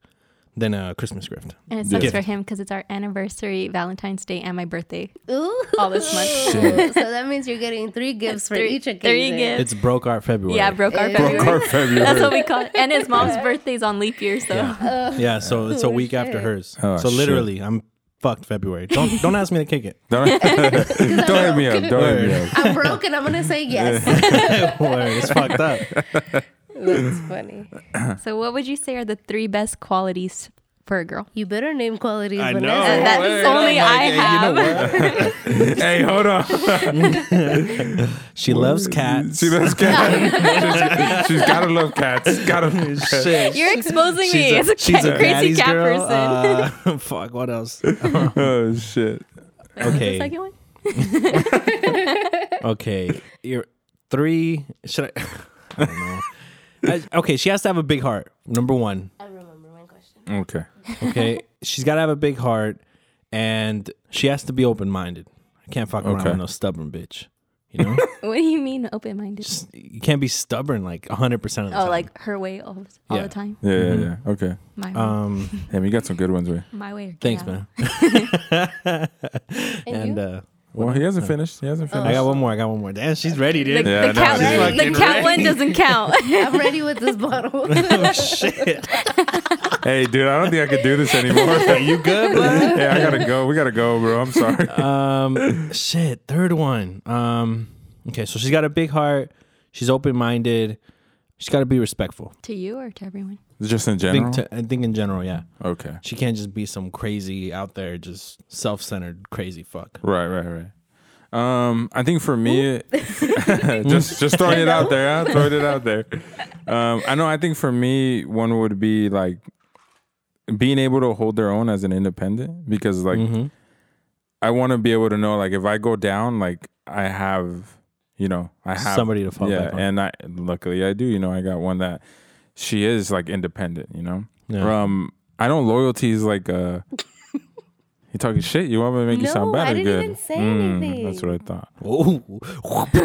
than a Christmas gift.
And it sucks for him because it's our anniversary, Valentine's Day, and my birthday
ooh.
all this month.
so that means you're getting three gifts for
Three-
each occasion.
three gifts.
It's broke art February.
yeah, broke our
Broke
February.
Or February.
That's what we call it. And his mom's birthday's on leap year, so
yeah. So it's a week after hers.
Oh,
so
shit.
literally, I'm fucked February. Don't don't ask me to kick it.
Don't, don't hit me up. Don't hit me up.
I'm broke and I'm gonna say yes.
Word, it's fucked up.
That's funny.
So, what would you say are the three best qualities for a girl?
You better name qualities.
I know.
Vanessa.
Oh,
That's Uh, only I have.
Hey, hold on.
She loves cats.
She loves cats. she's, she's gotta love cats. Gotta.
Shit.
You're exposing me
a-
as a, ca- crazy
daddy's
cat
girl.
person.
Uh, fuck, what else?
Oh shit.
the
Okay.
second one?
Okay. You're three. Should I? I don't know. I- okay, she has to have a big heart. Number one.
I remember my question.
Okay.
Okay, she's got to have a big heart, and she has to be open minded. I can't fuck around
Okay.
with no stubborn bitch. You know,
What do you mean open minded?
Just- you can't be stubborn like hundred percent of the
Oh,
time.
like her way all, all
Yeah.
the time.
Yeah,
Mm-hmm.
yeah, yeah. Okay.
My way.
um,
Damn, you got some good ones, way.
my way. Or get
thanks,
out.
man.
And
and
you?
uh,
Well, he hasn't finished. He hasn't
I
finished.
got one more. I got one more. Damn, she's ready,
The,
dude.
Yeah, I
the
know,
cat,
she's
the
fucking
cat one doesn't count.
I'm ready with this bottle.
oh shit.
Hey, dude, I don't think I could do this anymore. you good, man? Yeah, I gotta go. We gotta go, bro. I'm sorry.
um shit third one um okay so she's got a big heart she's open-minded she's got to be respectful
to you or to everyone?
Just in
I
general.
think, to, I think in general yeah
okay.
she can't just be some crazy out there just self-centered crazy fuck
Right, right, right. Um, I think for me, just just throwing it out there, huh? throwing it out there. Um, I know. I think for me, one would be like being able to hold their own as an independent, because like
Mm-hmm.
I want to be able to know, like if I go down, like I have, you know, I have
Somebody to fall
yeah,
back on.
and I luckily I do. You know, I got one that she is like independent. You know,
Yeah.
um, I know loyalty is like uh You talking shit? You want me to make you sound
No,
bad
I
or
didn't
good?
even say
Mm,
anything.
That's what I thought.
Ooh.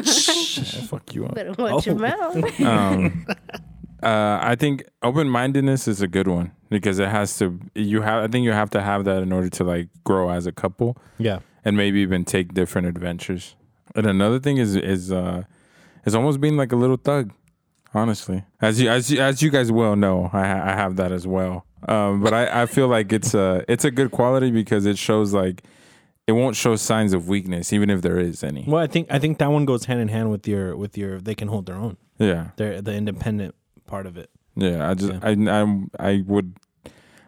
Fuck you up.
Better watch your mouth.
Um, uh, I think open mindedness is a good one because it has to. You have. I think you have to have that in order to like grow as a couple
yeah
and maybe even take different adventures. And another thing is is uh, is almost being like a little thug. Honestly, as you as you, as you guys well know, I ha- I have that as well. Um, but I, I feel like it's a it's a good quality because it shows like it won't show signs of weakness even if there is any.
well i think i think that one goes hand in hand with your with your they can hold their own
Yeah.
they're the independent part of it
Yeah, I just I I I would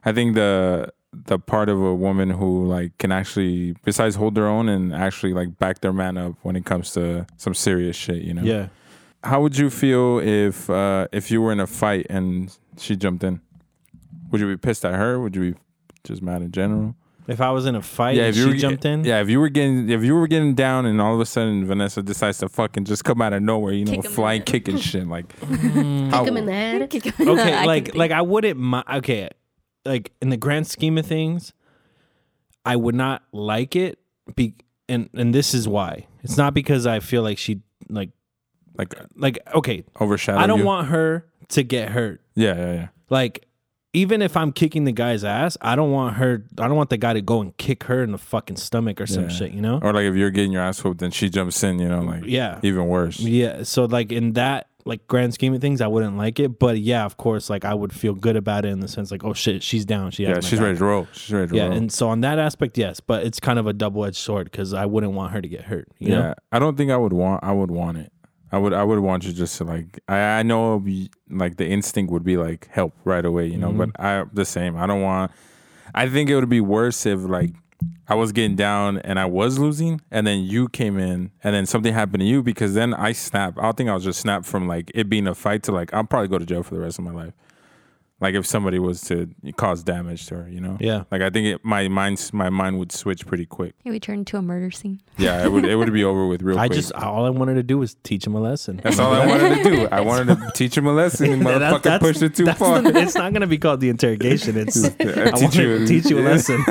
I think the the part of a woman who like can actually besides hold their own and actually like back their man up when it comes to some serious shit, you know.
yeah
How would you feel if uh if you were in a fight and she jumped in? Would you be pissed at her? Would you be just mad in general?
if i was in a fight
yeah,
and
if
she
you were,
jumped in
Yeah, if you were getting if you were getting down and all of a sudden Vanessa decides to fucking just come out of nowhere, you know,
Kick 'em in
flying
the-
kicking shit like
Kick him in the
Oh.
head.
okay like like i wouldn't mi- okay like in the grand scheme of things i would not like it be and and this is why it's not because i feel like she like
like
like okay
overshadow
i don't
Oh, you.
want her to get hurt
Yeah, yeah, yeah.
like even if I'm kicking the guy's ass, I don't want her. I don't want the guy to go and kick her in the fucking stomach or some
Yeah.
shit. You know?
Or like if you're getting your ass whooped and she jumps in, you know, like
Yeah.
even worse.
Yeah. So like in that like grand scheme of things, I wouldn't like it. But yeah, of course, like I would feel good about it in the sense like, oh shit, she's down. She has
Yeah,
my
she's
back.
ready to roll. She's ready to
Yeah,
roll.
and so on that aspect, yes, but it's kind of a double edged sword because I wouldn't want her to get hurt. You
yeah,
know?
I don't think I would want. I would want it. I would. I would want you just to like. I, I know it'd be- like the instinct would be like help right away, you know. But
Mm-hmm.
I the same. I don't want. I think it would be worse if like I was getting down and I was losing, and then you came in, and then something happened to you because then I snap. I don't think I was just snap from like it being a fight to like I'll probably go to jail for the rest of my life. Like if somebody was to cause damage to her, you know.
Yeah.
Like I think it, my mind my mind would switch pretty quick.
It would turn into a murder scene.
Yeah, it would it would be over with real
I
quick.
just all I wanted to do was teach him a lesson.
That's all I wanted to do. I wanted to teach him a lesson. and
Yeah, that-
Motherfucker
that's-
pushed it too
that's
far.
the- it's not gonna be called the interrogation. It's I want to teach you a lesson.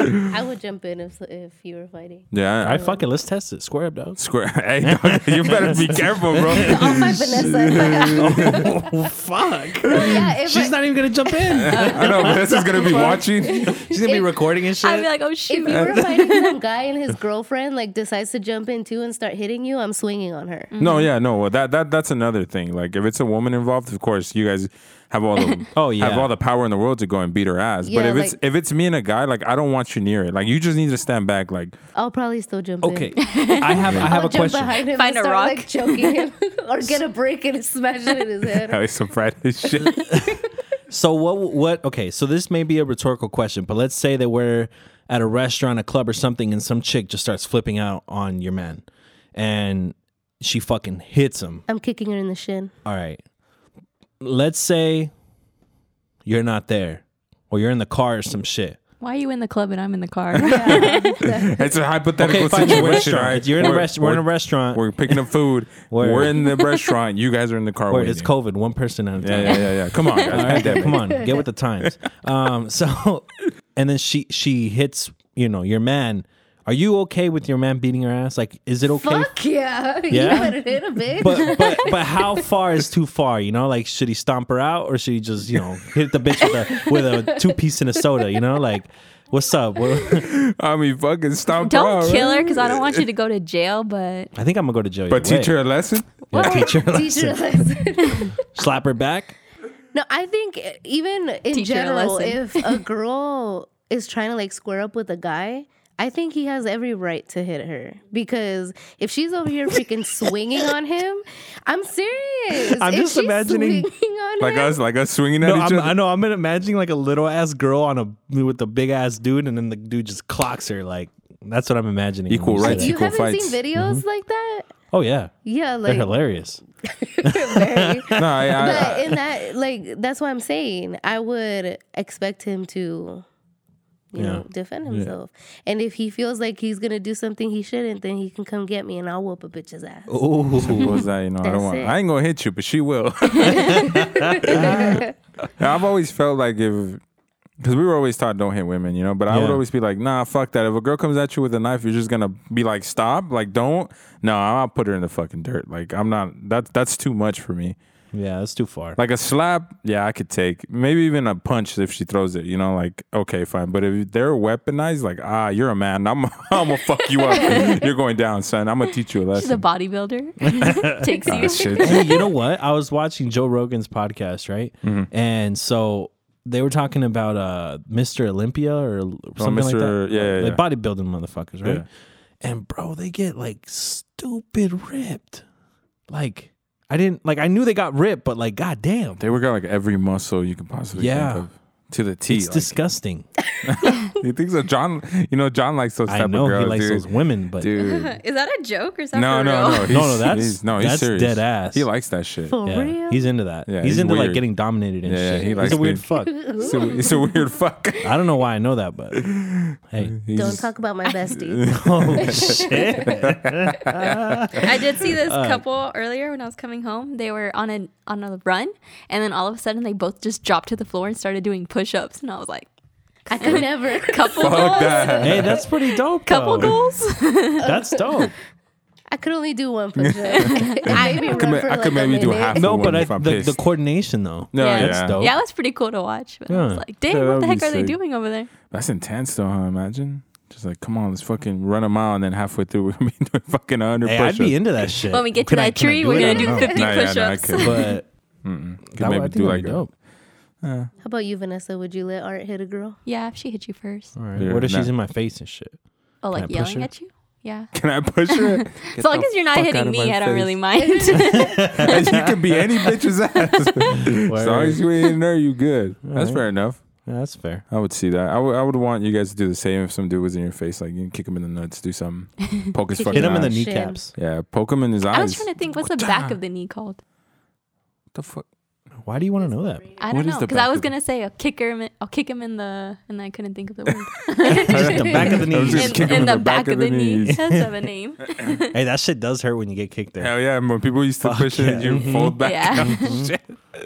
I would jump in if if you were fighting.
all
Yeah,
right, fuck it. Let's test it. Square up, dog.
I swear. Hey, dog, you better be careful, bro.
I'll fight Vanessa.
oh, fuck.
yeah, if
She's
I,
not even gonna jump in.
I know Vanessa's gonna be watching.
She's gonna be recording and
I'd
shit.
be like, oh shoot.
if you were fighting some guy and his girlfriend like decides to jump in too and start hitting you, I'm swinging on her.
Mm.
No, yeah, no. Well, that that that's another thing. Like, if it's a woman involved, of course, you guys have all the
Oh, yeah.
have all the power in the world to go and beat her ass. but
Yeah,
if it's
like-
if it's me and a guy, like, I don't want you near it. Like, you just need to stand back. Like,
I'll probably still jump in.
Okay, I have I have
I'll
a
jump
question.
behind him
Find
and
a
start,
rock.
like choking him or get a brick and smash it in his head.
that was some Friday shit.
So what what okay, so this may be a rhetorical question, but let's say that we're at a restaurant, a club or something and some chick just starts flipping out on your man and she fucking hits him.
I'm kicking her in the shin.
All right. Let's say you're not there or you're in the car or some shit.
Why are you in the club and I'm in the car?
It's a hypothetical
Okay, fine. You're in a
situation. right?
restaurant. You're in a
We're-
rest- we're in a
we're-
restaurant.
We're picking up food.
Word.
We're in the restaurant. You guys are in the car.
Word,
waiting.
it's COVID, one person at a time.
Yeah, yeah, yeah, yeah. Come on, guys.
All right,
Pandemic.
come on, get with the times. Um, so, and then she she hits you know your man. Are you okay with your man beating her ass? Like, is it okay?
Fuck yeah.
Yeah?
You better hit a bitch.
But but but how far is too far? You know, like should he stomp her out or should he just you know hit the bitch with a with a two piece and a soda? You know, like what's up? What-
I mean, fucking stomp her out,
don't
right?
kill her because I don't want you to go to jail, but
I think I'm gonna go to jail.
But
either
teach her
way.
a lesson.
Yeah, teach her a
Teach her a
lesson.
lesson.
slap her back.
No, I think eh, even in
Teach her a
general, if
lesson.
a girl is trying to like square up with a guy, I think he has every right to hit her because if she's over here freaking swinging on him, I'm serious.
I'm
If
just
she's
imagining-
swinging on
Like
him,
us, like us swinging at
No,
each
I'm,
other.
I know. I'm imagining like a little ass girl on a with a big ass dude, and then the dude just clocks her. Like that's what I'm imagining. when
Equal
you say
rights.
that.
You
Equal
haven't
fights. Mm-hmm.
seen videos like that?
Oh yeah,
Yeah,
they're
like
hilarious.
very.
no, I, I,
But in that, like, that's what I'm saying. I would expect him to, you know, defend himself. And if he feels like he's gonna do something he shouldn't, then he can come get me and I'll whoop a bitch's ass.
I-
Ooh.
what was that? You know, I don't
That's
want.
it.
I ain't gonna hit you, but she will. I've always felt like if. Because we were always taught don't hit women, you know. But I would
Yeah.
always be like, nah, fuck that. If a girl comes at you with a knife, you're just gonna be like, stop, like don't. No, I'll put her in the fucking dirt. Like I'm not. That's that's too much for me.
Yeah, that's too far.
Like a slap, yeah, I could take. Maybe even a punch if she throws it. You know, like okay, fine. But if they're weaponized, like ah, you're a man. I'm I'm gonna fuck you up. you're going down, son. I'm gonna teach you a
she's a
lesson.
bodybuilder. Takes
Ah,
you.
shit.
Hey, you know what? I was watching Joe Rogan's podcast, right?
Mm-hmm.
And so they were talking about uh, Mr. Olympia or l- something like
Mr.
that.
yeah, Oh, yeah,
like bodybuilding motherfuckers, right? And bro, they get like stupid ripped. Like I didn't like I knew they got ripped, but like goddamn,
They work out like every muscle you can possibly
Yeah.
think of to the T.
it's
Like,
disgusting.
you think so, John? You know, John likes those type
I know
of girls,
he likes
dude.
those women, but
Dude.
Is that a joke or is that
No,
for
no,
real?
no, he's,
no, that's-
he's, no, he's
that's
serious.
dead ass.
He likes that shit.
For
yeah,
real?
he's into that.
Yeah,
he's,
he's
into like
weird.
getting dominated and
Yeah, yeah,
shit.
he
he's
likes
a weird
being-
fuck.
It's a, it's a weird fuck.
I don't know why I know that, but hey,
He's
Don't
just-
talk about my bestie.
oh shit.
I did see this
Uh,
couple earlier when I was coming home. They were on a on a run, and then all of a sudden they both just dropped to the floor and started doing push ups. And I was like,
I could never.
couple
Fuck
goals,
that.
Hey, that's pretty dope.
couple
though.
goals.
That's dope.
I could only do one push up. I
could ma- I could maybe do half.
No, but
For one
I,
if I'm
the, the
pissed.
coordination though.
No,
Yeah.
yeah.
That's
dope.
Yeah, it was pretty cool to watch. But I
Yeah.
was like, dang,
Oh. Yeah, that
what the
would
heck
be
are they
sick.
doing over there?
That's intense though, huh? Imagine. Just like, come on, let's fucking run a mile and then halfway through we're gonna be doing fucking 100
Hey,
push-ups.
I'd be into that shit.
When we get to
Can I-
that
can I
tree,
do
we're
it? I
gonna
don't know.
do 50
Nah, yeah, nah, I
push ups.
couldn't.
But
Mm-mm. Could
that would, I
maybe
think
do
that'd
like
be
a-
dope.
How about you, Vanessa? Would you let Art hit a girl?
yeah, if she hit you first.
All right.
Yeah,
what if she's
nah.
in my face and shit?
Oh, like
Can I push
yelling
her?
at you? Yeah.
Can I push her?
As long as you're not hitting me, I don't really mind.
you can be any bitch's ass. as long
Word.
as you ain't in there, you good. That's
Alright.
fair enough.
Yeah, that's fair.
I would see that. I would. I would want you guys to do the same. If some dude was in your face, like you can kick him in the nuts, do something, poke his
Hit
fucking
Hit him in the
eyes.
Shit.
kneecaps.
Yeah, poke him in his eyes.
I was trying to think, what's the back of the knee called?
What the fuck?
Why do you want to know that?
I
What
don't
is
know
the
because
back
I was
of the-
gonna say a kicker. in- I'll kick him in the, and I couldn't think of the word.
Just the back of the
I
knees.
was just
in,
kick him
in the, back, of the knee.
knees.
That's of a name.
hey, that shit does hurt when you get kicked there.
Hell yeah! When people used to
Fuck
push it,
yeah. Mm-hmm.
you fold back.
Yeah.
Shit.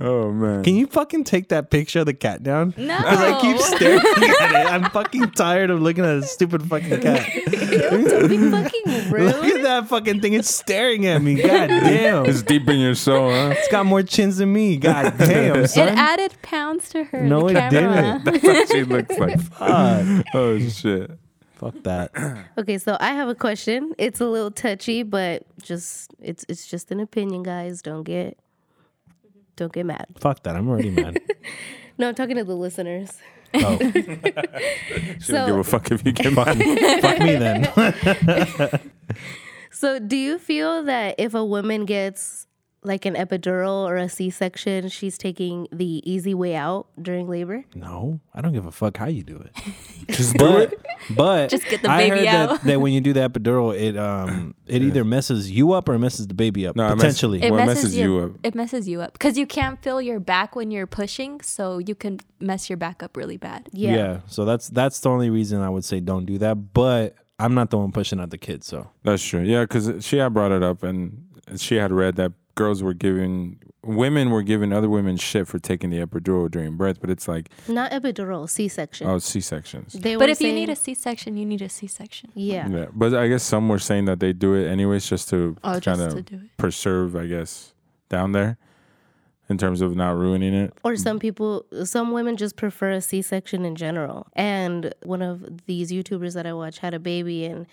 oh man.
Can you fucking take that picture of the cat down?
No.
Because I keep staring at it. I'm fucking tired of looking at a stupid fucking cat.
Don't be fucking
Look
rude.
at that fucking thing. It's staring at me. God damn.
It's
It's
deep in your soul, huh?
got more chins than me. God damn,
It
son.
added pounds to her.
No,
No, the
it
camera.
That's what she looks like.
Fuck.
Oh shit.
Fuck that.
Okay, so I have a question. It's a little touchy, but just it's it's just an opinion, guys. Don't get don't get mad.
Fuck that. I'm already mad.
No, I'm talking to the listeners.
Oh,
She don't
So-
give a fuck if you get mine.
fuck me then.
So, do you feel that if a woman gets like an epidural or a C-section, she's taking the easy way out during labor?
No, oh, I don't give a fuck how you do it.
Just do
But
it.
but
Just get the
I
baby
heard
out.
That, that when you do the epidural, it um it either messes you up or it messes the baby up
No, it mess-
potentially.
Well, it messes you up.
It messes you up because you can't feel your back when you're pushing, so you can mess your back up really bad.
yeah. so that's that's the only reason I would say don't do that. But I'm not the one pushing out the kid, so
That's true. Yeah, because she had brought it up, and she had read that girls were giving women were giving other women shit for taking the epidural during birth, but it's like
Not epidural, C-section.
oh C sections.
They
But
were
if you need
saying-
a C-section, you need a C-section.
yeah.
Yeah, but I guess some were saying that they do it anyways just to
Oh,
kind
just to
of
do it.
preserve, I guess, down there in terms of not ruining it.
Or some people, some women just prefer a C section in general. And one of these YouTubers that I watch had a baby and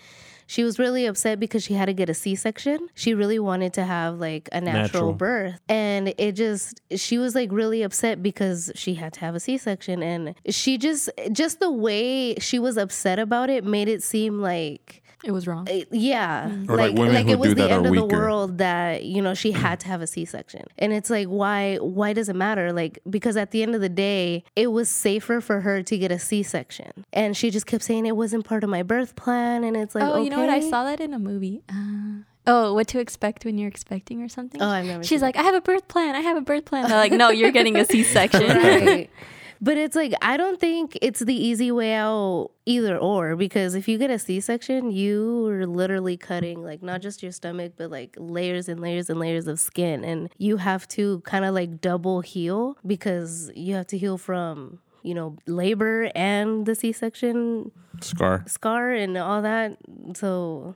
she was really upset because she had to get a C section. She really wanted to have like a natural,
Natural.
birth. And it just, she was like really upset because she had to have a C section. And she just, just the way she was upset about it made it seem like,
It was wrong.
it- Eh, yeah,
Mm-hmm.
Or, like, women who
it was
do
the
that
end
are
of the
weaker.
world that you know she had to have a C section, and it's like why why does it matter? Like because at the end of the day, it was safer for her to get a C section, and she just kept saying it wasn't part of my birth plan, and it's like
oh,
okay.
you know what? I saw that in a movie. Uh, oh, what to expect when you're expecting or something.
Oh, I've never seen
She's like, I have a birth plan. I have a birth plan. They're like, No, you're getting a C-section.
Right. But it's like I don't think it's the easy way out either or because if you get a C-section, you are literally cutting like not just your stomach but like layers and layers and layers of skin and you have to kind of like double heal because you have to heal from, you know, labor and the C-section
Scar.
scar and all that. So,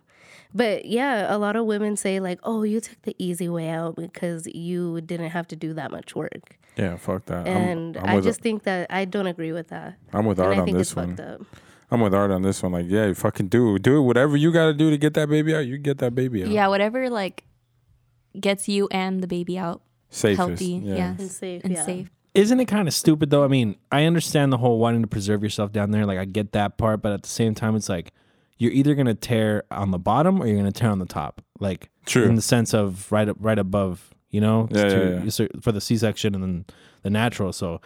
but yeah, a lot of women say like, "Oh, you took the easy way out because you didn't have to do that much work."
Yeah, fuck that. I'm-
And
I'm,
i
with,
just think that I don't agree with that.
I'm with
And
Art
I
on
think it's
this one.
fucked up.
I'm with Art on this one. Like, yeah, you fucking do do it. Whatever you got to do to get that baby out, you get that baby out.
yeah, whatever like gets you and the baby out
Safest.
healthy.
Yeah.
yes,
And safe,
And
yeah.
safe.
isn't it kind of stupid though? I mean, I understand the whole wanting to preserve yourself down there. Like, I get that part, but at the same time, it's like you're either gonna tear on the bottom or you're gonna tear on the top. Like,
True.
in the sense of right up, right above. You know,
Yeah,
to-
yeah, yeah.
so- for the C-section and then the natural. So,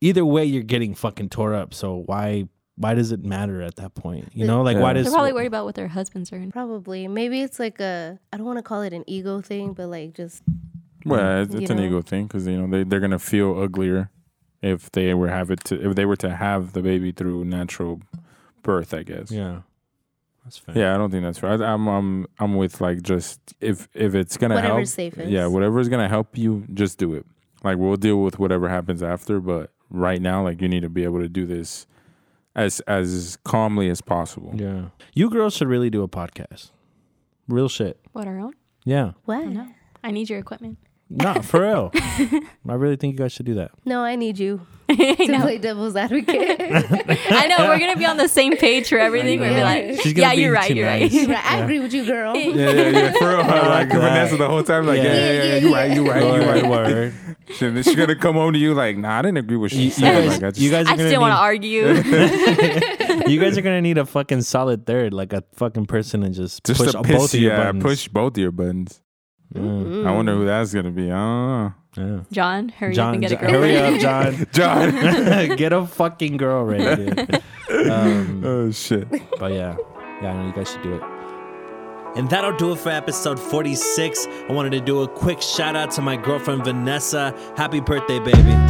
either way, you're getting fucking tore up. So why? Why does it matter at that point? You know, like why
Yeah.
does
They're probably worried about what their husbands are in.
Probably. Maybe it's like a, I don't want to call it an ego thing, but like just,
Well, it's,
You
it's an
know?
ego thing because you know they they're gonna feel uglier if they were have it to, if they were to have the baby through natural birth, I guess.
yeah, that's fair.
Yeah, I don't think that's right. I, I'm I'm I'm with like just if if it's gonna help,
Whatever's safest.
yeah, whatever's gonna help you, just do it. Like we'll deal with whatever happens after, but right now, like you need to be able to do this as as calmly as possible.
yeah. You girls should really do a podcast. real shit.
What our own?
Yeah.
What?
No, I need your equipment.
No, for real. I really think you guys should do that.
No, I need you
I
to
know.
play devil's advocate.
I know. We're gonna be on the same page for everything. We're gonna be like,
She's gonna
yeah,
be
you're right.
too
You're
nice.
right.
Right, I agree with you, girl.
Yeah, yeah, yeah. For real, huh? like Vanessa the whole time, like, yeah, yeah, yeah, you right, you right, you right.
word.
And then she's gonna come home to you like, nah, I didn't agree with
You,
she
you
said.
guys,
Like, I just,
you guys are
I
gonna
just didn't want to
need,
argue.
you guys are gonna need a fucking solid third, like a fucking person, and just,
just
push
to
both
piss,
of your
yeah,
buttons.
push both of your buttons.
Mm,
I wonder who that's gonna be. Oh,
yeah.
John, hurry up
John,
and get a
John-
girlfriend.
hurry up, John.
John.
get a fucking girl ready. Dude. Um,
oh shit.
but yeah, yeah, I know you guys should do it.
And that'll do it for episode 46. I wanted to do a quick shout out to my girlfriend Vanessa. Happy birthday, baby.